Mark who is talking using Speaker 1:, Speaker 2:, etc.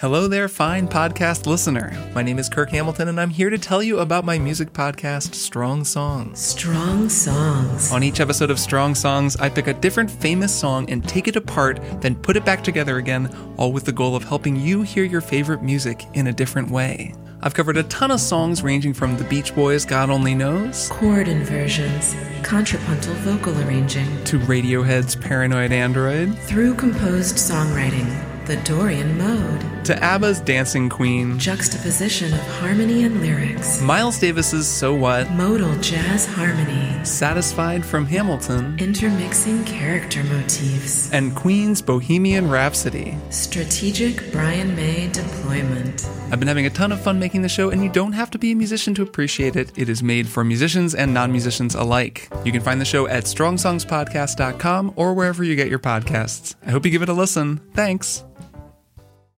Speaker 1: Hello there, fine podcast listener. My name is Kirk Hamilton, and I'm here to tell you about my music podcast, Strong Songs.
Speaker 2: Strong songs.
Speaker 1: On each episode of Strong Songs, I pick a different famous song and take it apart, then put it back together again, all with the goal of helping you hear your favorite music in a different way. I've covered a ton of songs ranging from The Beach Boys' God Only Knows
Speaker 2: Chord inversions. Contrapuntal vocal arranging.
Speaker 1: to Radiohead's Paranoid Android
Speaker 2: Through composed songwriting. The Dorian mode.
Speaker 1: to ABBA's Dancing Queen,
Speaker 2: Juxtaposition of harmony and lyrics.
Speaker 1: Miles Davis's So What,
Speaker 2: Modal jazz harmony.
Speaker 1: Satisfied from Hamilton,
Speaker 2: Intermixing character motifs.
Speaker 1: and Queen's Bohemian Rhapsody.
Speaker 2: Strategic Brian May deployment.
Speaker 1: I've been having a ton of fun making the show, and you don't have to be a musician to appreciate it. It is made for musicians and non musicians alike. You can find the show at strongsongspodcast.com or wherever you get your podcasts. I hope you give it a listen. Thanks.